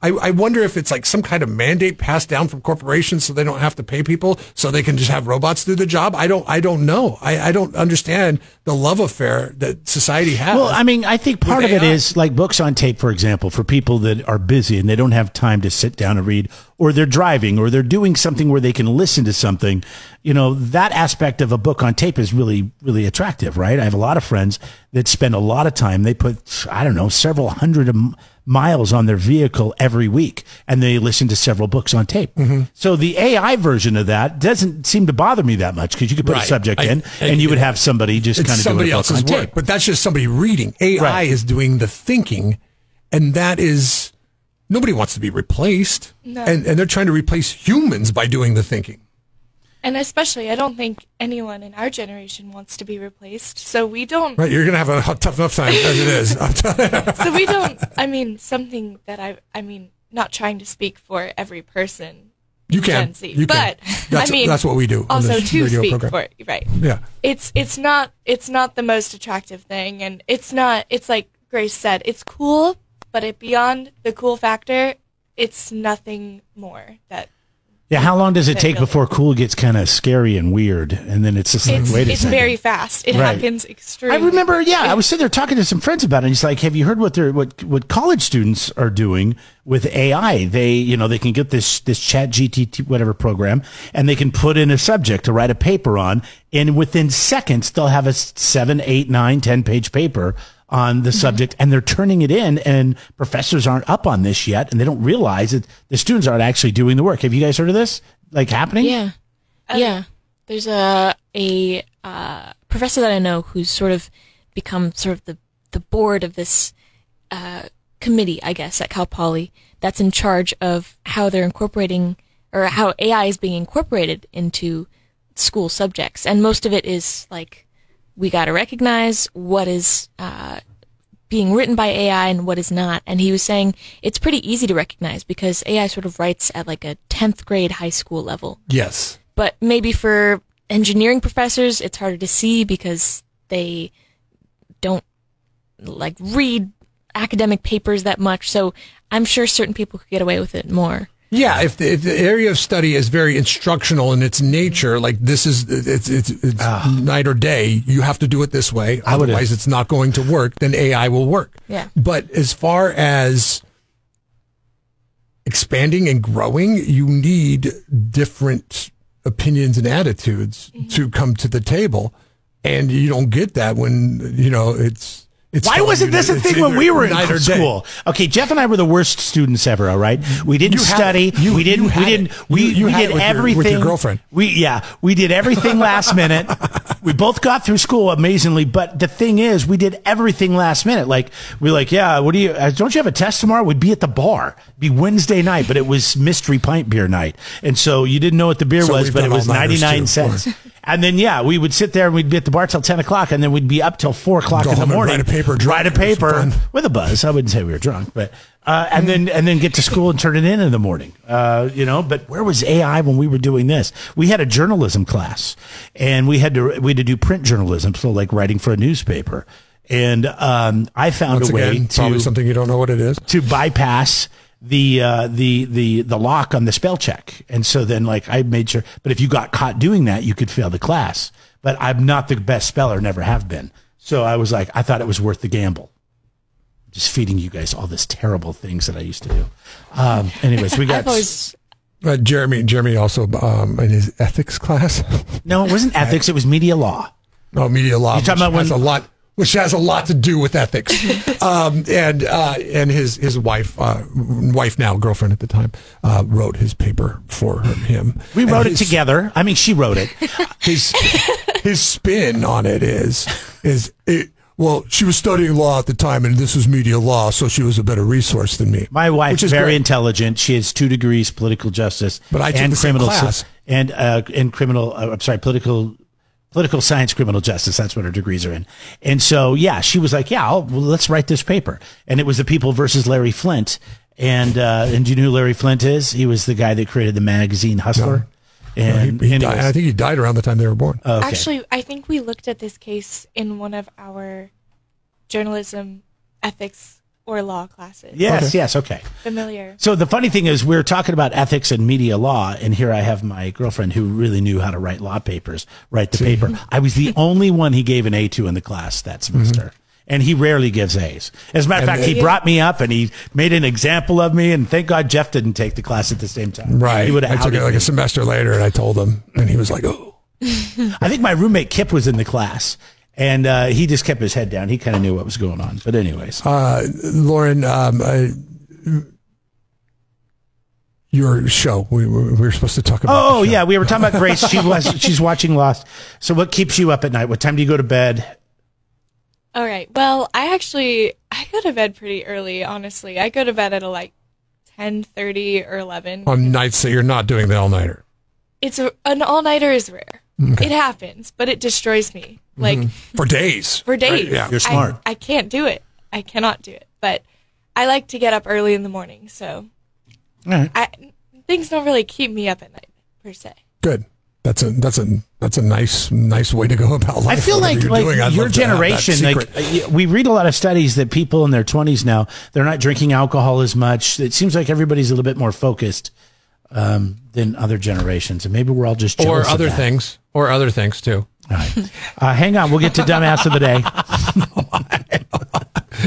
S6: I, I wonder if it's like some kind of mandate passed down from corporations, so they don't have to pay people, so they can just have robots do the job. I don't. I don't know. I, I don't understand the love affair that society has.
S4: Well, I mean, I think part of
S6: With
S4: it
S6: AI.
S4: is like books on tape, for example, for people that are busy and they don't have time to sit down and read, or they're driving, or they're doing something where they can listen to something. You know, that aspect of a book on tape is really, really attractive, right? I have a lot of friends that spend a lot of time. They put, I don't know, several hundred of m- miles on their vehicle every week and they listen to several books on tape.
S6: Mm-hmm.
S4: So the AI version of that doesn't seem to bother me that much because you could put a
S6: Right.
S4: subject
S6: I-
S4: in
S6: I-
S4: and you would have somebody just kind
S6: it's
S4: of
S6: somebody
S4: doing a book
S6: else's
S4: on
S6: work,
S4: tape.
S6: but that's just somebody reading. AI
S4: Right.
S6: is doing the thinking, and that is nobody wants to be replaced,
S3: No.
S6: and and they're trying to replace humans by doing the thinking.
S3: And especially, I don't think anyone in our generation wants to be replaced. So we don't.
S6: Right? You're gonna have a tough enough time as it is. I'm telling you.
S3: So we don't. I mean, something that I. I mean, not trying to speak for every person.
S6: You can.
S3: Gen Z,
S6: You can.
S3: but
S6: That's,
S3: I mean,
S6: that's what we do. on
S3: Also,
S6: this
S3: to
S6: radio
S3: speak
S6: program.
S3: for right.
S6: Yeah.
S3: It's it's not it's not the most attractive thing, and it's not. It's like Grace said, it's cool, but it beyond the cool factor, it's nothing more. That
S4: Yeah, how long does it
S3: that
S4: take
S3: building.
S4: before cool gets kind of scary and weird, and then it's just like,
S3: it's
S4: wait a
S3: it's
S4: second.
S3: very fast. It
S4: Right.
S3: happens extremely.
S4: I remember, yeah, I was sitting there talking to some friends about it. and It's like, have you heard what they're what what college students are doing with AI? They, you know, they can get this this Chat GTT whatever program, and they can put in a subject to write a paper on, and within seconds they'll have a s- seven, eight, nine, ten page paper on
S3: Mm-hmm.
S4: the subject, and they're turning it in, and professors aren't up on this yet, and they don't realize that the students aren't actually doing the work. Have you guys heard of this? Like happening?
S5: Yeah, yeah. There's a a uh, professor that I know who's sort of become sort of the the board of this uh, committee, I guess, at Cal Poly that's in charge of how they're incorporating or how AI is being incorporated into school subjects, and most of it is like we got to recognize what is uh, being written by AI and what is not. And he was saying it's pretty easy to recognize because AI sort of writes at like a 10th grade high school level.
S6: Yes.
S5: But maybe for engineering professors, it's harder to see because they don't like read academic papers that much. So I'm sure certain people could get away with it more.
S6: Yeah, if the, if the area of study is very instructional in its nature, like this is it's it's, it's night or day. You have to do it this way,
S4: Ah. I would've-
S6: otherwise it's not going to work. Then AI will work.
S5: Yeah.
S6: But as far as expanding and growing, you need different opinions and attitudes
S4: Mm-hmm.
S6: to come to the table, and you don't get that when you know it's. it's
S4: Why
S6: telling
S4: wasn't
S6: you
S4: this
S6: that
S4: a
S6: it's
S4: thing when
S6: either
S4: we were in
S6: night or day.
S4: school? Okay, Jeff and I were the worst students ever. All right, we didn't
S6: You had
S4: study.
S6: it. You-
S4: we didn't.
S6: you
S4: we
S6: had
S4: didn't.
S6: it.
S4: We,
S6: You- you
S4: we
S6: had
S4: did
S6: it with your- with
S4: everything.
S6: your girlfriend.
S4: We yeah. We did everything last minute. We both got through school amazingly, but the thing is, we did everything last minute. Like we were like, yeah, what do you? uh, Don't you have a test tomorrow? We'd be at the bar. It'd be Wednesday night, but it was mystery pint beer night, and so you didn't know what the beer
S6: So
S4: was,
S6: we've
S4: but it
S6: done
S4: was ninety
S6: all-nighters,
S4: nine
S6: too.
S4: cents. And then yeah, we would sit there and we'd be at the bar till ten o'clock, and then we'd be up till four o'clock
S6: Go
S4: in the
S6: home and
S4: morning.
S6: write a paper
S4: write a
S6: drunk. It was
S4: paper
S6: fun.
S4: with a buzz. I wouldn't say we were drunk, but uh, and then and then get to school and turn it in in the morning. Uh, you know, but where was AI when we were doing this? We had a journalism class, and we had to we had to do print journalism, so like writing for a newspaper. And um, I found
S6: Once
S4: a way
S6: again,
S4: to
S6: probably something you don't know what it is.
S4: to bypass the uh, the the the lock on the spell check, and so then like I made sure. But if you got caught doing that, you could fail the class. But I'm not the best speller, never have been. So I was like, I thought it was worth the gamble. Just feeding you guys all this terrible things that I used to do. Um, anyways, we got
S5: I've always
S6: Uh, Jeremy, Jeremy also um, in his ethics class.
S4: no. It wasn't ethics. It was media law.
S6: No, media law.
S4: You talking
S6: which
S4: about when-
S6: has a lot, which has a lot to do with ethics. um, and uh, and his his wife, uh, wife now girlfriend at the time, uh, wrote his paper for him.
S4: We
S6: And
S4: wrote it
S6: his-
S4: together. I mean, she wrote it.
S6: His his spin on it is is it. Well, she was studying law at the time, and this was media law, so she was a better resource than me.
S4: My wife's
S6: Which is
S4: very
S6: great.
S4: intelligent. She has two degrees, political justice,
S6: But I took
S4: and
S6: the same
S4: criminal sci-
S6: class.
S4: and uh, and criminal. Uh, I'm sorry, political. Political science, criminal justice. That's what her degrees are in. And so, yeah, she was like, yeah, I'll, well, let's write this paper. And it was the people versus Larry Flint. And, uh, and do you know who Larry Flint is? He was the guy that created the magazine Hustler.
S6: He-
S4: And
S6: he
S4: anyways, Uh,
S6: died- I think he died around the time they were born.
S4: okay.
S3: Actually, I think we looked at this case in one of our journalism, ethics, or law classes.
S4: yes, yes. Okay.
S3: Familiar.
S4: So the funny thing is, we are talking about ethics and media law, and here I have my girlfriend who really knew how to write law papers, write the paper. I was the only one he gave an A to in the class that semester. And he rarely gives A's. As a matter of
S6: Mm-hmm. And
S4: fact, he
S6: they-
S4: brought me up and he made an example of me. And thank God Jeff didn't take the class at the same time.
S6: right.
S4: He would
S6: I
S4: have
S6: took
S4: outed
S6: it like
S4: me.
S6: a semester later, and I told him, and he was like, "Oh,
S4: I think my roommate Kip was in the class and uh, he just kept his head down. He kind of knew what was going on. But, anyways,
S6: Uh, Lauren, um, uh, your show. We, we we were supposed to talk about.
S4: Oh
S6: the show.
S4: yeah, we were talking about Grace. She was she's watching Lost. So what keeps you up at night? What time do you go to bed?
S3: All right. Well, I actually I go to bed pretty early. Honestly, I go to bed at uh, like ten thirty or eleven.
S6: On nights that you're not doing the all nighter.
S3: It's a, an all nighter is rare. It happens, but it destroys me. Like
S6: For days.
S3: for days.
S6: yeah.
S4: Mm-hmm. You're
S3: I-
S4: smart.
S3: I, can't do it. I cannot do it. But I like to get up early in the morning, so
S4: Alright.
S3: I things don't really keep me up at night per se.
S6: Good. That's a that's a that's a nice nice way to go about
S4: I
S6: life.
S4: feel
S6: whatever
S4: like,
S6: you're
S4: like
S6: doing. I'd
S4: your
S6: love to have that
S4: generation, like
S6: secret.
S4: uh, we read a lot of studies that people in their 20s now, they're not drinking alcohol as much. It seems like everybody's a little bit more focused um, than other generations. And maybe we're all just jealous
S9: or
S4: of
S9: other
S4: that.
S9: things, or other things too.
S4: Uh, hang on. We'll get to Dumbass of the Day.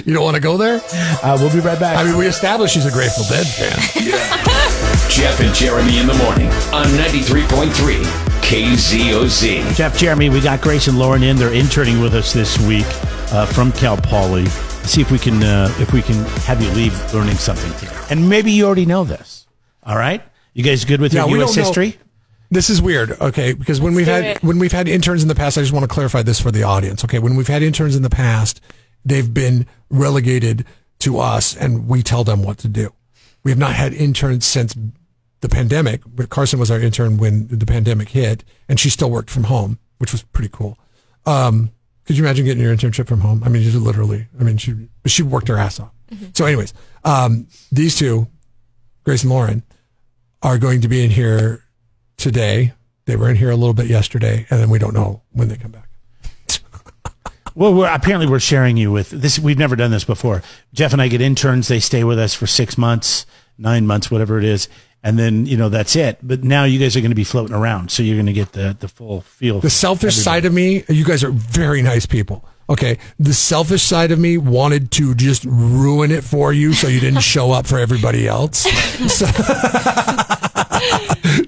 S6: you don't want to go there.
S4: Uh, we'll be right back.
S6: I mean, we established she's a Grateful Dead fan.
S8: Jeff and Jeremy in the morning on 93.3 KZOZ.
S4: Jeff, Jeremy, we got Grace and Lauren in. They're interning with us this week uh, from Cal Poly. See if we can uh, if we can have you leave learning something today. And maybe you already know this. All right, you guys good with
S6: Yeah, we
S4: your U.S.
S6: don't know-
S4: history?
S6: This is weird, okay? Because when we've
S3: do
S6: had
S3: it.
S6: when we've had interns in the past, I just want to clarify this for the audience, okay? When we've had interns in the past, they've been relegated to us, and we tell them what to do. We have not had interns since the pandemic. But Carson was our intern when the pandemic hit, and she still worked from home, which was pretty cool. Um, Could you imagine getting your internship from home? I mean, just literally. I mean, she she worked her ass off.
S3: Mm-hmm.
S6: So, anyways, um, these two, Grace and Lauren, are going to be in here today. They were in here a little bit yesterday, and then we don't know when they come back.
S4: Well, we're, apparently we're sharing you with this. We've never done this before. Jeff and I get interns. They stay with us for six months, nine months, whatever it is. And then, you know, that's it. But now you guys are going to be floating around. So you're going to get the, the full feel.
S6: The selfish side of me, you guys are very nice people. Okay. The selfish side of me wanted to just ruin it for you so you didn't show up for everybody else. So-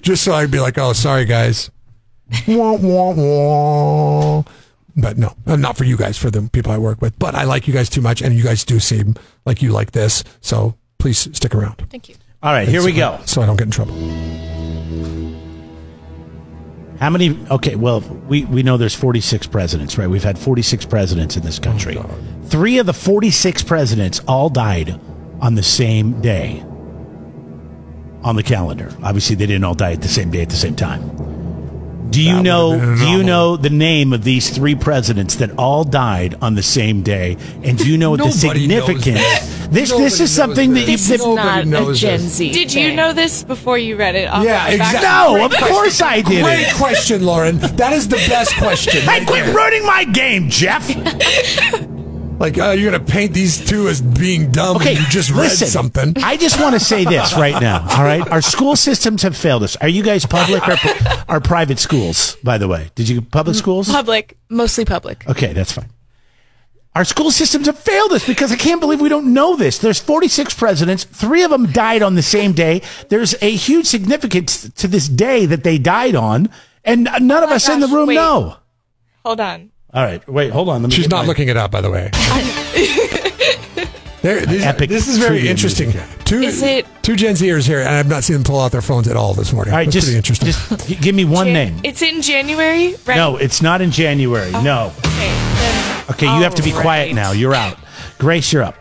S6: just so I'd be like, oh, sorry, guys. Wah, wah, wah. But no, uh, not for you guys, for the people I work with. But I like you guys too much, and you guys do seem like you like this. So please stick around.
S5: Thank you.
S4: All right, here we go.
S6: So I don't get in trouble.
S4: How many? Okay, well, we, we know there's 46 presidents, right? We've had 46 presidents in
S6: Oh,
S4: this country. Three of the 46 presidents all died on the same day on the calendar. Obviously, they didn't all die at the same day at the same time. Do you
S6: That would've been
S4: know?
S6: an
S4: Do you
S6: anomaly.
S4: know the name of these three presidents that all died on the same day? And do you know what the
S6: Nobody knows
S4: significance?
S6: this.
S4: This
S6: Nobody
S4: this
S6: knows
S4: is something that you.
S5: This
S4: That,
S5: is
S6: nobody
S5: not a
S6: knows
S5: Gen
S6: this.
S5: Z.
S3: Did you
S5: thing.
S3: know this before you read it? off
S6: Yeah,
S3: the back?
S6: exactly.
S4: no, of course I did.
S6: Great
S4: it.
S6: question, Lauren. That is the best question.
S4: Hey,
S6: right
S4: quit
S6: there.
S4: ruining my game, Jeff.
S6: Like, uh, you're going to paint these two as being dumb
S4: Okay,
S6: when Oh, you just
S4: listen,
S6: read something.
S4: I just want to say this right now. All right, our school systems have failed us. Are you guys public or are private schools? By the way, did you public schools?
S3: Public.
S5: Mostly public.
S4: Okay, that's fine. Our school systems have failed us because I can't believe we don't know this. There's 46 presidents. Three of them died on the same day. There's a huge significance to this day that they died on, and none of
S3: Oh my
S4: us in the
S3: gosh,
S4: room
S3: wait.
S4: know.
S3: Hold on.
S4: All right, wait, hold on. Let me
S6: She's
S4: get
S6: not
S4: my-
S6: looking it up, by the way. There, these,
S4: Epic
S6: this is very
S4: trivia
S6: interesting.
S4: music,
S6: Two,
S3: Is it-
S6: two Gen Zers here, and I've not seen them pull out their phones at all this morning.
S4: All right,
S6: That's
S4: just,
S6: pretty interesting.
S4: just g- give me one name.
S3: It's in January, right? Oh.
S4: No, it's not in January. No.
S3: Okay, then-
S4: Okay, you have to be quiet
S3: Alright.
S4: now. You're out. Grace, you're up.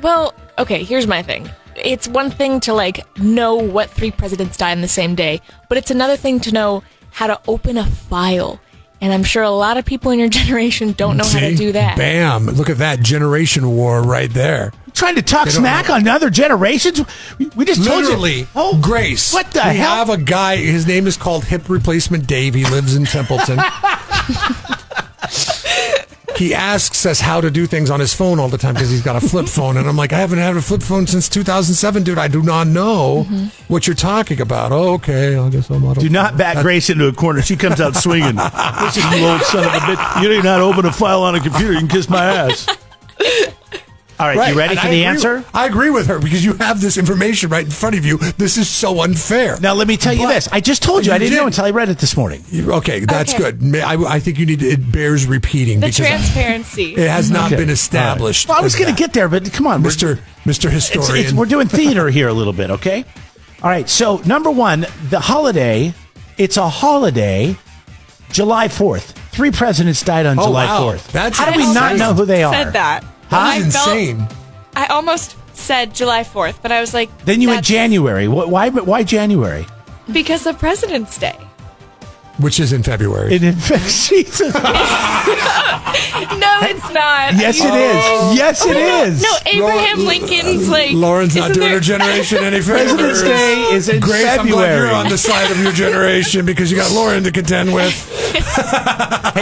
S5: Well, okay, here's my thing. It's one thing to like know what three presidents died on the same day, but it's another thing to know how to open a file. And I'm sure a lot of people in your generation don't know how to
S6: See?
S5: do that.
S6: Bam. Look at that generation war right there.
S4: Trying to talk
S6: They don't
S4: smack
S6: know.
S4: on other generations? We- We just
S6: Literally,
S4: told you.
S6: Grace.
S4: Oh, What the
S6: we
S4: hell?
S6: have a guy. His name is called Hip Replacement Dave. He lives in Templeton. he asks us how to do things on his phone all the time because he's got a flip phone, and I'm like, I haven't had a flip phone since 2007, dude. I do not know
S4: Mm-hmm.
S6: what you're talking about. Oh, okay, I guess I'm out. of-
S4: Do not back Grace into a corner. She comes out swinging. Listen, you old son of a bitch. You do not open a file on a computer. You can kiss my ass. All right,
S6: Right,
S4: you ready
S6: and
S4: for
S6: I
S4: the
S6: agree-
S4: answer?
S6: I agree with her because you have this information right in front of you. This is so unfair.
S4: Now, let me tell you
S6: But-
S4: this. I just told you, I
S6: You
S4: didn't know
S6: did.
S4: until I read it this morning.
S6: You- Okay, that's
S3: Okay.
S6: good. May- I, I think you need to, it bears repeating
S3: the
S6: because
S3: transparency.
S6: it has not
S4: Okay.
S6: been established.
S4: All right. Well, I was
S6: as
S4: going
S6: that.
S4: to get there, but come on. we're-
S6: Mr. Mr.
S4: It's-
S6: Historian.
S4: it's- we're doing theater here a little bit, okay? All right. So number one, the holiday. It's a holiday, July Fourth. Three presidents died on
S6: Oh,
S4: July
S6: wow.
S4: Fourth.
S6: That's
S4: how do we
S6: insane.
S4: not know who they are?
S3: Said that.
S6: That
S3: I
S6: is
S3: felt-
S6: insane.
S3: I almost said July 4th, but I was like,
S4: Then you went
S3: that's
S4: January. Wh- Why? Why January?
S3: Because of President's Day.
S6: Which is in February.
S4: It infects Jesus.
S3: No, it's not.
S4: Yes, it
S6: Oh.
S4: is. Yes, it is.
S3: No, Abraham
S6: Laura-
S3: Lincoln's like.
S6: Lauren's not
S3: isn't
S6: doing
S3: there-
S6: her generation any favors.
S4: President's Day is in
S6: Grace, I'm glad
S4: February.
S6: you're on the side of your generation because you got Lauren to contend with.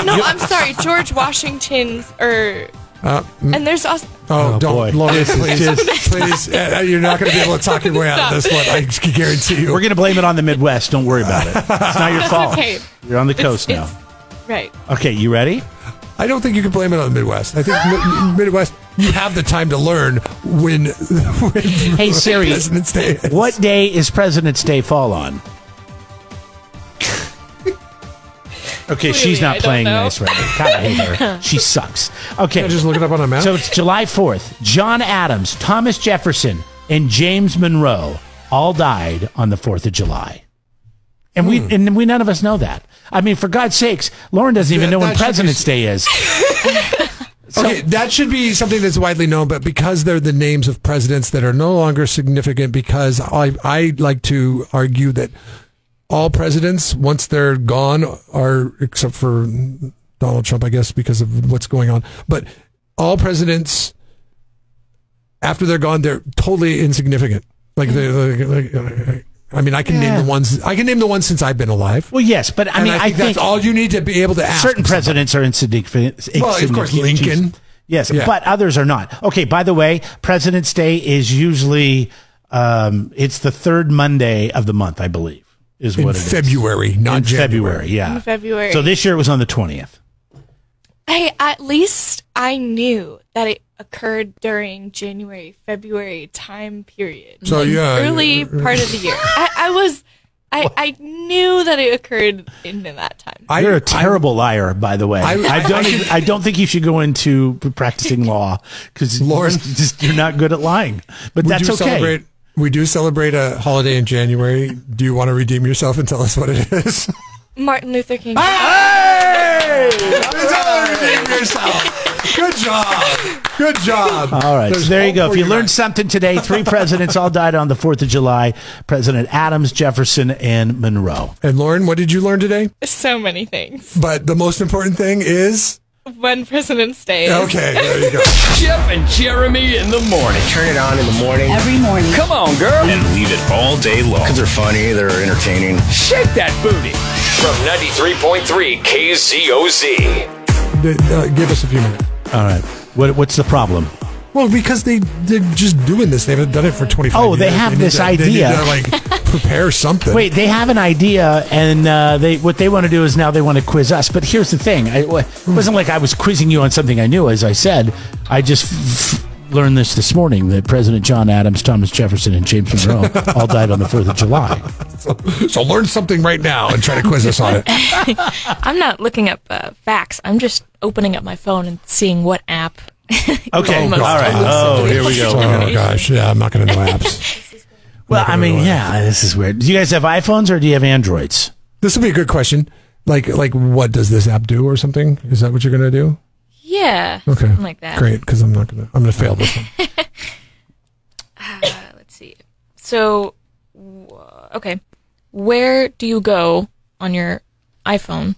S3: No, I'm sorry. George Washington's, or.
S6: Uh,
S3: and there's also.
S6: Oh,
S4: Oh,
S6: don't,
S4: boy.
S6: Lauren,
S4: This is
S6: please, please. uh, you're not going to be able to talk your way out of this one. I can guarantee you.
S4: We're going to blame it on the Midwest. Don't worry about it. It's not your
S3: That's
S4: fault.
S3: okay.
S4: You're on the
S3: It's-
S4: coast now.
S3: it's- Right.
S4: Okay, you ready?
S6: I don't think you can blame it on the Midwest. I think Mi- Midwest, you have the time to learn when. when
S4: Hey, Siri.
S6: President's Day. is.
S4: What day is President's Day fall on? Okay, she's
S3: Clearly, I
S4: not
S3: don't
S4: playing
S3: know.
S4: nice right now. God, I hate her. She sucks.
S6: Can
S4: Okay,
S6: I just look it up on a map?
S4: so it's July 4th. John Adams, Thomas Jefferson, and James Monroe all died on the 4th of July. And we
S6: Hmm.
S4: and we none of us know that. I mean, for God's sakes, Lauren doesn't even
S6: That-
S4: know when
S6: that should be-
S4: President's Day is.
S6: Okay, that should be something that's widely known, but because they're the names of presidents that are no longer significant, because I, I like to argue that all presidents, once they're gone, are, except for Donald Trump, I guess, because of what's going on. But all presidents, after they're gone, they're totally insignificant. Like, they
S4: Mm.
S6: like, like, I mean, I can name the ones. I can name the ones since I've been alive.
S4: Well, yes, but I
S6: And
S4: mean,
S6: I think that's all you need to be able to ask.
S4: certain
S6: of somebody.
S4: presidents are insignificant.
S6: Well, of course,
S4: insignificant.
S6: Lincoln.
S4: Jeez. Yes,
S6: Yeah.
S4: but others are not. Okay. By the way, President's Day is usually um, it's the third Monday of the month, I believe, is
S6: in
S4: what it is.
S6: February, not
S4: In
S6: January.
S4: February, yeah.
S3: In February.
S4: So this year it was on the twentieth.
S3: Hey, at least I knew that it occurred during January, February time period.
S6: So uh, yeah,
S3: early part of the year. I, I was, I, I knew that it occurred in that time.
S6: I-
S4: You're a terrible liar, by the way. I,
S6: I- I-
S4: don't.
S6: I
S4: even-
S6: could-
S4: I don't think you should go into practicing law because
S6: Lauren-
S4: just you're not good at lying. But
S6: we
S4: that's
S6: do
S4: okay.
S6: celebrate. We do celebrate a holiday in January. Do you want to redeem yourself and tell us what it is?
S3: Martin Luther King.
S6: Ah! redeem yourself. Good job. Good job.
S4: All right. So
S6: There's
S4: there you
S6: hope
S4: go.
S6: for
S4: If you
S6: you
S4: learned
S6: guys.
S4: something today, three presidents all died on the 4th of July President Adams, Jefferson, and Monroe.
S6: And Lauren, what did you learn today?
S3: So many things.
S6: But the most important thing is
S3: When President's Day. is-
S6: okay. There you go.
S1: Jeff and Jeremy in the morning.
S9: Turn it on in the morning
S10: Every morning.
S1: Come on, girl.
S11: and leave it all day long.
S9: because they're funny, they're entertaining.
S1: Shake that booty. From 93.3 KZOZ.
S6: The- uh, give us a few minutes.
S4: All right. What, what's the problem?
S6: Well, because they they're just doing this. They haven't done it for twenty five.
S4: Oh, they have this idea.
S6: They need to, like prepare something.
S4: Wait, they have an idea, and uh, they what they want to do is now they want to quiz us. But here's the thing: I, it wasn't like I was quizzing you on something I knew. As I said, I just f- f- learned this this morning that President John Adams, Thomas Jefferson, and James Monroe all died on the Fourth of July.
S6: So learn something right now and try to quiz us on it.
S5: I'm not looking up uh, facts. I'm just opening up my phone and seeing what app.
S4: Okay,
S5: Most
S4: all right.
S5: possible.
S4: Oh, here we go.
S6: Oh gosh, yeah, I'm not going to know apps.
S4: Well, I mean, yeah, this is weird. Do you guys have iPhones or do you have Androids?
S6: This would be a good question. Like, like, what does this app do, or something? Is that what you're going to do?
S5: Yeah.
S6: Okay,
S5: Something like that.
S6: Great, because I'm not going to. I'm going to fail this one.
S5: Uh, let's see. So, wh- okay. Where do you go on your iPhone?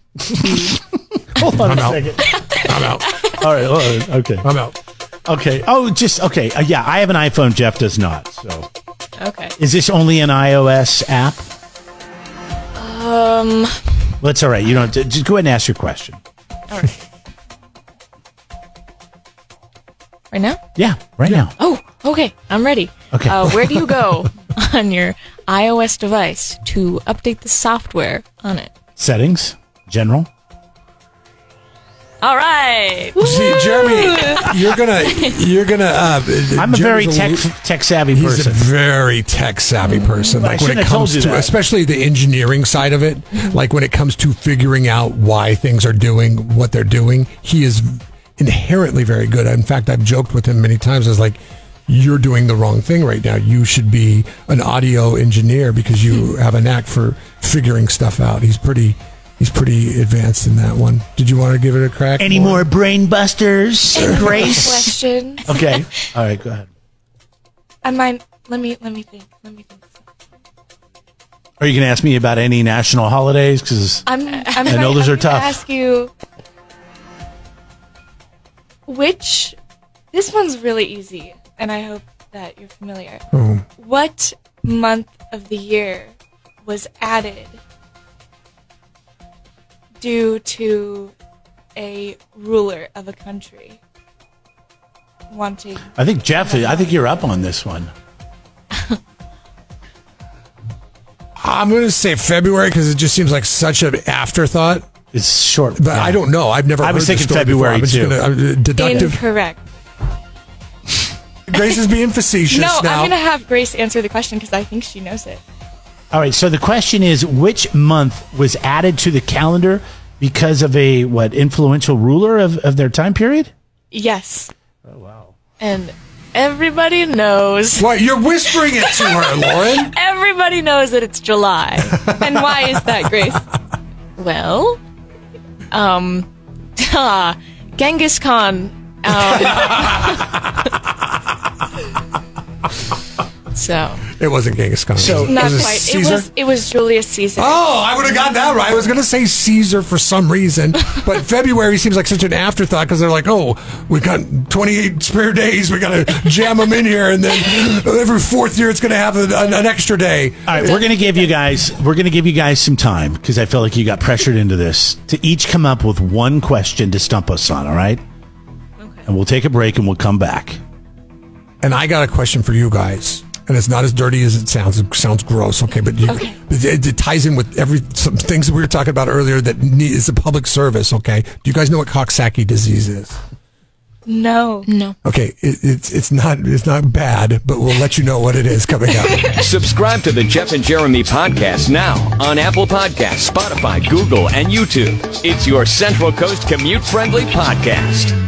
S4: Hold on
S6: I'm
S4: a
S6: out.
S4: second.
S6: I'm out.
S4: All right. all right, Okay.
S6: I'm out.
S4: Okay. Oh, just okay. Uh, yeah, I have an iPhone. Jeff does not. So,
S5: Okay.
S4: is this only an iOS app?
S5: Um.
S4: Well, it's all right. You don't. have to- Just go ahead and ask your question.
S5: All right. right now?
S4: Yeah, right now.
S5: Oh, okay. I'm ready.
S4: Okay.
S5: Uh, where do you go on your iOS device to update the software on it?
S4: Settings, general.
S5: All right.
S6: See, Jeremy, you're gonna, you're gonna. Uh,
S4: I'm a
S6: Jeremy's
S4: very
S6: li-
S4: tech tech savvy
S6: He's
S4: person.
S6: a very tech savvy person.
S4: Well, I
S6: Like when
S4: shouldn't
S6: it
S4: have told
S6: comes
S4: you
S6: to,
S4: that.
S6: especially the engineering side of it, like when it comes to figuring out why things are doing what they're doing, he is inherently very good. In fact, I've joked with him many times. I was like, "You're doing the wrong thing right now. You should be an audio engineer because you
S4: Hmm.
S6: have a knack for figuring stuff out." He's pretty, he's pretty advanced in that one. Did you want to give it a crack?
S4: Any more brain busters, Grace?
S3: Questions.
S6: Um,
S4: okay. All right. Go ahead.
S3: I might. Let me. Let me think. Let me think.
S4: Are you going to ask me about any national holidays? Because
S3: I'm. I'm
S4: I know
S3: trying-
S4: those
S3: I'm
S4: are
S3: gonna
S4: tough.
S3: Ask you. Which, this one's really easy, and I hope that you're familiar.
S6: Oh.
S3: What month of the year was added due to a ruler of a country wanting?
S4: I think Jeff. I think you're up on this one.
S6: I'm going to say February because it just seems like such an afterthought.
S4: It's short.
S6: But I don't know. I've never.
S4: I was
S6: heard this
S4: thinking
S6: story before.
S4: February,
S6: I'm just
S4: too.
S6: gonna- I'm, uh, deductive.
S3: Incorrect.
S6: Grace is being facetious
S3: No,
S6: now.
S3: I'm gonna have Grace answer the question because I think she knows it.
S4: All right. So the question is, which month was added to the calendar because of a what influential ruler of, of their time period?
S3: Yes.
S5: And everybody knows.
S6: Why you're whispering it to her, Lauren?
S5: Everybody knows that it's July.
S3: And why is that, Grace?
S5: Well, um, Genghis Khan. Um,
S3: So
S6: It wasn't Genghis Khan.
S4: So-
S6: was it?
S3: not
S6: Was it
S3: quite.
S6: Caesar?
S3: It was it was Julius Caesar.
S6: Oh, I would have got that right. I was going to say Caesar for some reason, but February seems like such an afterthought because they're like, oh, we've got 28 spare days. We got to jam them in here. And then every fourth year, it's going to have an, an, an extra day.
S4: All right, we're gonna give you guys we're gonna give you guys some time because I feel like you got pressured into this to each come up with one question to stump us on. All right, and we'll take a break and we'll come back.
S6: And I got a question for you guys. And it's not as dirty as it sounds. It sounds gross, okay? But you,
S5: Okay.
S6: but It, it ties in with every some things that we were talking about earlier. That need, is a public service, okay? Do you guys know what Coxsackie disease is?
S3: No.
S5: No.
S6: Okay, it, it's it's not it's not bad, but we'll let you know what it is coming up.
S1: Subscribe to the Jeff and Jeremy podcast now on Apple Podcasts, Spotify, Google, and YouTube. It's your Central Coast commute friendly podcast.